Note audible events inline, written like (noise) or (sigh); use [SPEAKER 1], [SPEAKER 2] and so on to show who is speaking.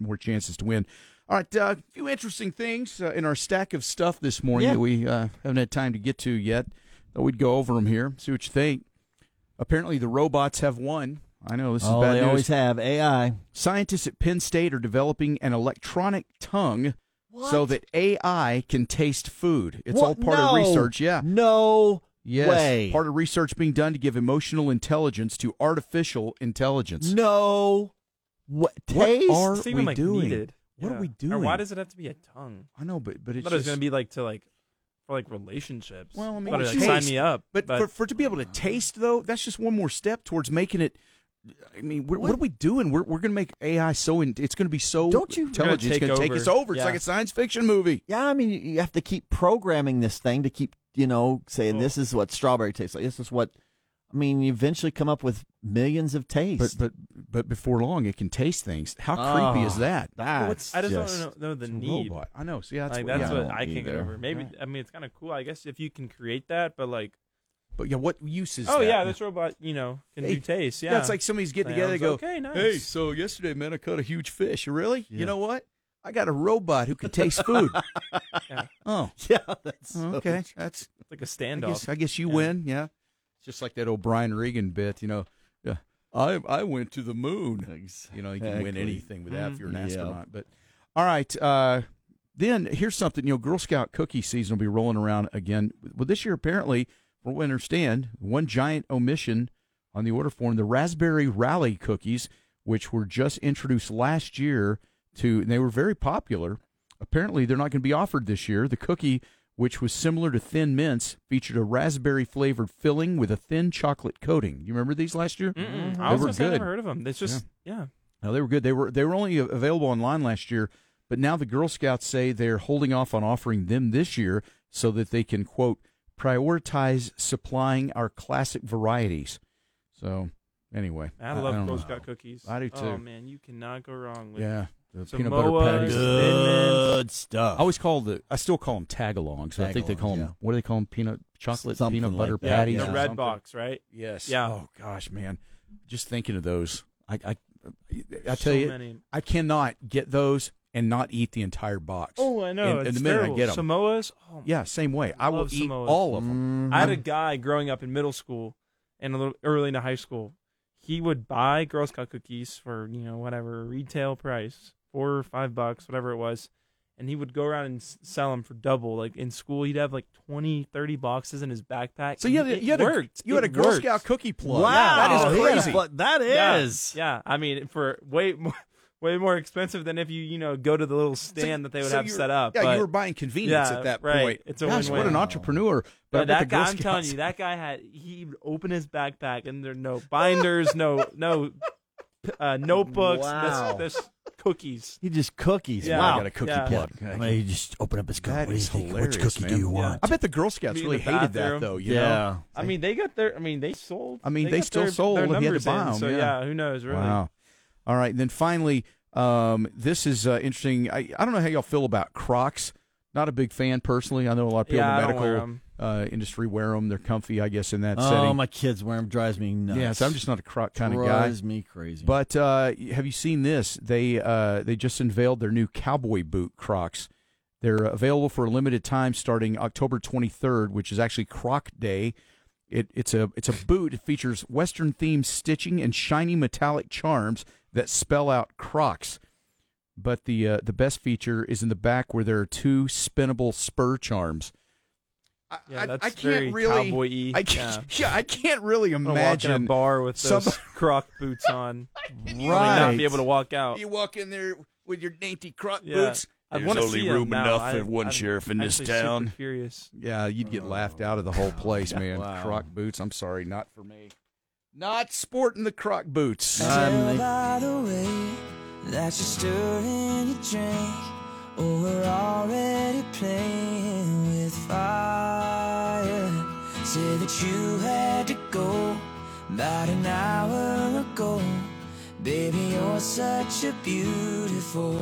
[SPEAKER 1] more chances to win. All right, uh, a few interesting things uh, in our stack of stuff this morning
[SPEAKER 2] Yeah.
[SPEAKER 1] that we uh, haven't had time to get to yet. Thought we'd go over them here, see what you think. Apparently, the robots have won. I know this is
[SPEAKER 2] oh,
[SPEAKER 1] bad
[SPEAKER 2] they
[SPEAKER 1] news.
[SPEAKER 2] always have AI.
[SPEAKER 1] Scientists at Penn State are developing an electronic tongue so that AI can taste food. It's all
[SPEAKER 2] What?
[SPEAKER 1] part of
[SPEAKER 2] No.
[SPEAKER 1] research. Yeah.
[SPEAKER 2] No
[SPEAKER 1] Yes.
[SPEAKER 2] way.
[SPEAKER 1] Part of research being done to give emotional intelligence to artificial intelligence.
[SPEAKER 2] no. What taste?
[SPEAKER 1] are-
[SPEAKER 3] It's not
[SPEAKER 1] we
[SPEAKER 3] even like
[SPEAKER 1] doing?
[SPEAKER 3] needed.
[SPEAKER 1] What are
[SPEAKER 3] Yeah.
[SPEAKER 1] we
[SPEAKER 3] Or why
[SPEAKER 1] doing?
[SPEAKER 3] does it have to be a tongue?
[SPEAKER 1] I know, but but
[SPEAKER 3] I
[SPEAKER 1] it's
[SPEAKER 3] thought it was
[SPEAKER 1] just,
[SPEAKER 3] gonna be like to like for like relationships.
[SPEAKER 1] Well, I mean,
[SPEAKER 3] Thought it was,
[SPEAKER 1] taste,
[SPEAKER 3] like, sign me up.
[SPEAKER 1] But, for, for it to be able to taste though, that's just one more step towards making it. I mean, what, what are we doing? We're we're gonna make AI so in, it's gonna be so
[SPEAKER 2] Don't you- We're
[SPEAKER 3] gonna
[SPEAKER 1] intelligent.
[SPEAKER 3] take
[SPEAKER 1] it's gonna take
[SPEAKER 3] over.
[SPEAKER 1] us over. It's
[SPEAKER 2] Yeah.
[SPEAKER 1] like a science fiction movie.
[SPEAKER 2] Yeah, I mean, you- you have to keep programming this thing to keep, you know, saying
[SPEAKER 3] Oh.
[SPEAKER 2] this is what strawberry tastes like. This is what, I mean, you eventually come up with millions of
[SPEAKER 1] But
[SPEAKER 2] tastes.
[SPEAKER 1] but but before long, it can taste things. How creepy is
[SPEAKER 3] Ah.
[SPEAKER 2] Oh,
[SPEAKER 1] that?
[SPEAKER 3] Well,
[SPEAKER 2] That's
[SPEAKER 3] what's- I just,
[SPEAKER 2] just
[SPEAKER 3] don't know, know the
[SPEAKER 1] It's a
[SPEAKER 3] need.
[SPEAKER 1] robot. I know. See, that's
[SPEAKER 3] like
[SPEAKER 1] what,
[SPEAKER 3] that's
[SPEAKER 1] yeah.
[SPEAKER 2] I
[SPEAKER 3] what
[SPEAKER 2] don't
[SPEAKER 3] I can't get
[SPEAKER 2] either.
[SPEAKER 3] over. Maybe I mean it's kind of cool. I guess if you can create that, but like,
[SPEAKER 1] But yeah, what use is
[SPEAKER 3] oh
[SPEAKER 1] that?
[SPEAKER 3] yeah, this robot, you know, can
[SPEAKER 1] Hey,
[SPEAKER 3] do taste. Yeah,
[SPEAKER 1] Yeah, it's like somebody's getting together and go,
[SPEAKER 3] Sounds okay, nice.
[SPEAKER 1] hey, so yesterday, man, I caught a huge fish. Really? You
[SPEAKER 2] Yeah.
[SPEAKER 1] know what? I got a robot who can taste food.
[SPEAKER 3] (laughs) Yeah.
[SPEAKER 1] Oh,
[SPEAKER 2] (laughs) yeah, that's so
[SPEAKER 1] okay. That's
[SPEAKER 3] It's like a
[SPEAKER 1] I
[SPEAKER 3] standoff.
[SPEAKER 1] guess, I guess you
[SPEAKER 3] Yeah.
[SPEAKER 1] win. Yeah. It's just like that old Brian Regan bit, you know. Yeah. I I went to the moon.
[SPEAKER 2] Ex-
[SPEAKER 1] You know, you can win
[SPEAKER 2] Exactly.
[SPEAKER 1] anything with that if you're an
[SPEAKER 2] Mhm. Yeah.
[SPEAKER 1] astronaut. But all right, uh, then here's something. You know, Girl Scout cookie season will be rolling around again. Well, this year apparently, from what I understand, one giant omission on the order form: the raspberry rally cookies, which were just introduced last year to, and they were very popular. Apparently, they're not going to be offered this year. The cookie, which was similar to Thin Mints, featured a raspberry flavored filling with a thin chocolate coating. You remember these last year?
[SPEAKER 3] Mm-mm.
[SPEAKER 1] They
[SPEAKER 3] I was
[SPEAKER 1] were
[SPEAKER 3] gonna say I
[SPEAKER 1] good.
[SPEAKER 3] never heard of them. It's just yeah.
[SPEAKER 1] No, they were good. They were they were only available online last year, but now the Girl Scouts say they're holding off on offering them this year so that they can quote prioritize supplying our classic varieties. So anyway,
[SPEAKER 3] I love
[SPEAKER 1] don't
[SPEAKER 3] Girl
[SPEAKER 1] know.
[SPEAKER 3] Scout cookies.
[SPEAKER 1] I do
[SPEAKER 3] Oh
[SPEAKER 1] too.
[SPEAKER 3] man, you cannot go wrong with
[SPEAKER 1] Yeah, the
[SPEAKER 3] Samoas,
[SPEAKER 1] peanut butter patties.
[SPEAKER 3] Good.
[SPEAKER 2] good stuff.
[SPEAKER 1] I always call the I still call them tagalongs. I think they
[SPEAKER 2] Tagalongs,
[SPEAKER 1] call them
[SPEAKER 2] yeah.
[SPEAKER 1] what do they call them? Peanut chocolate
[SPEAKER 2] Something
[SPEAKER 1] peanut
[SPEAKER 2] like
[SPEAKER 1] butter
[SPEAKER 2] that,
[SPEAKER 3] yeah,
[SPEAKER 1] patties.
[SPEAKER 2] yeah.
[SPEAKER 3] the
[SPEAKER 1] or
[SPEAKER 3] red
[SPEAKER 1] something.
[SPEAKER 3] box, right?
[SPEAKER 1] Yes.
[SPEAKER 3] Yeah.
[SPEAKER 1] Oh gosh, man, just thinking of those. I I I tell
[SPEAKER 3] so
[SPEAKER 1] you,
[SPEAKER 3] many.
[SPEAKER 1] I cannot get those and not eat the entire box.
[SPEAKER 3] Oh, I know.
[SPEAKER 1] And, and
[SPEAKER 3] it's
[SPEAKER 1] the minute
[SPEAKER 3] terrible.
[SPEAKER 1] I get them,
[SPEAKER 3] Samoas. Oh,
[SPEAKER 1] yeah, Mm-hmm. same way. I, will
[SPEAKER 3] Love
[SPEAKER 1] eat
[SPEAKER 3] Samoas.
[SPEAKER 1] all of
[SPEAKER 2] Mm.
[SPEAKER 1] them.
[SPEAKER 3] I
[SPEAKER 2] Mm-hmm.
[SPEAKER 3] had a guy growing up in middle school and a little early into high school. He would buy Girl Scout cookies for you know whatever retail price, four or five bucks, whatever it was, and he would go around and s- sell them for double. Like in school, he'd have like 20, 30 boxes in his backpack.
[SPEAKER 1] So you
[SPEAKER 3] And
[SPEAKER 1] had, a-
[SPEAKER 3] it
[SPEAKER 1] you had a,
[SPEAKER 3] worked.
[SPEAKER 1] you had
[SPEAKER 3] It
[SPEAKER 1] a Girl
[SPEAKER 3] worked.
[SPEAKER 1] Scout cookie plug.
[SPEAKER 2] Wow,
[SPEAKER 1] that is
[SPEAKER 2] he had a
[SPEAKER 1] crazy.
[SPEAKER 2] pla- that
[SPEAKER 3] Yeah,
[SPEAKER 2] is.
[SPEAKER 3] yeah. I mean, for way more, (laughs) way more expensive than if you you know go to the little
[SPEAKER 1] So-
[SPEAKER 3] stand that they would
[SPEAKER 1] so
[SPEAKER 3] have
[SPEAKER 1] you were-
[SPEAKER 3] set up.
[SPEAKER 1] Yeah,
[SPEAKER 3] but-
[SPEAKER 1] you were buying convenience
[SPEAKER 3] Yeah,
[SPEAKER 1] at that
[SPEAKER 3] right.
[SPEAKER 1] point.
[SPEAKER 3] It's a
[SPEAKER 1] Gosh, what
[SPEAKER 3] win-win.
[SPEAKER 1] an entrepreneur! But I
[SPEAKER 3] But
[SPEAKER 1] bet the
[SPEAKER 3] that
[SPEAKER 1] Girl
[SPEAKER 3] guy, I'm telling
[SPEAKER 1] Scouts-
[SPEAKER 3] you, that guy had he would open his backpack and there are no binders, no no uh, notebooks,
[SPEAKER 2] Wow.
[SPEAKER 3] there's, there's cookies.
[SPEAKER 2] He just cookies.
[SPEAKER 3] Yeah.
[SPEAKER 1] I
[SPEAKER 2] Wow.
[SPEAKER 1] got a cookie
[SPEAKER 3] Yeah.
[SPEAKER 1] plug.
[SPEAKER 2] I mean, you just open up his cup.
[SPEAKER 1] That
[SPEAKER 2] What do you
[SPEAKER 1] is
[SPEAKER 2] think?
[SPEAKER 1] hilarious,
[SPEAKER 2] Which cookie
[SPEAKER 1] man.
[SPEAKER 2] do you
[SPEAKER 3] Yeah.
[SPEAKER 2] want?
[SPEAKER 1] I bet the Girl Scouts
[SPEAKER 3] Be in
[SPEAKER 1] really
[SPEAKER 3] the
[SPEAKER 1] hated that,
[SPEAKER 3] bathroom.
[SPEAKER 1] though. You know?
[SPEAKER 2] yeah.
[SPEAKER 3] I mean, they got their. I mean, they sold.
[SPEAKER 1] I mean, they
[SPEAKER 3] got
[SPEAKER 1] still
[SPEAKER 3] their,
[SPEAKER 1] sold
[SPEAKER 3] Their
[SPEAKER 1] if you had to
[SPEAKER 3] numbers
[SPEAKER 1] buy
[SPEAKER 3] in,
[SPEAKER 1] 'em,
[SPEAKER 3] So
[SPEAKER 1] yeah.
[SPEAKER 3] yeah, who knows? Really?
[SPEAKER 1] Wow. All right. And then finally, um, this is uh, interesting. I, I don't know how y'all feel about Crocs. Not a big fan personally. I know a lot of people
[SPEAKER 3] Yeah, I
[SPEAKER 1] in the
[SPEAKER 3] don't wear
[SPEAKER 1] medical
[SPEAKER 3] 'em.
[SPEAKER 1] uh, industry wear them. They're comfy, I guess, in that
[SPEAKER 2] oh,
[SPEAKER 1] setting.
[SPEAKER 2] my kids wear them. Drives me nuts.
[SPEAKER 1] yeah, so I'm just not a Croc kind of guy.
[SPEAKER 2] drives me crazy.
[SPEAKER 1] But uh, have you seen this? They uh, they just unveiled their new cowboy boot Crocs. They're available for a limited time starting October 23rd, which is actually Croc Day. It, it's a it's a boot. It features Western themed stitching and shiny metallic charms that spell out Crocs. But the uh, the best feature is in the back where there are two spinnable spur charms. I,
[SPEAKER 3] Yeah, that's very cowboy-y.
[SPEAKER 1] I can't, (laughs) yeah. I can't really
[SPEAKER 3] I'm gonna walk in a
[SPEAKER 1] imagine
[SPEAKER 3] bar with those
[SPEAKER 1] some-
[SPEAKER 3] (laughs) croc boots on,
[SPEAKER 1] Can
[SPEAKER 3] and
[SPEAKER 1] you
[SPEAKER 3] not
[SPEAKER 2] Right.
[SPEAKER 3] be able to walk out.
[SPEAKER 1] you walk in there with your dainty croc
[SPEAKER 3] Oh. Yeah.
[SPEAKER 1] boots.
[SPEAKER 3] I want to see 'em now. I, I'm actually super Oh. Curious.
[SPEAKER 1] Yeah, you'd get laughed out of the whole
[SPEAKER 3] (laughs)
[SPEAKER 1] place, man.
[SPEAKER 2] Wow.
[SPEAKER 1] Croc boots. I'm sorry, not for me. Not sporting the croc boots.
[SPEAKER 2] Um, they-
[SPEAKER 4] by the way that you stirred in your drink. Oh, we're already playing with fire. Say that you had to go about an hour ago. Baby, you're such a beautiful.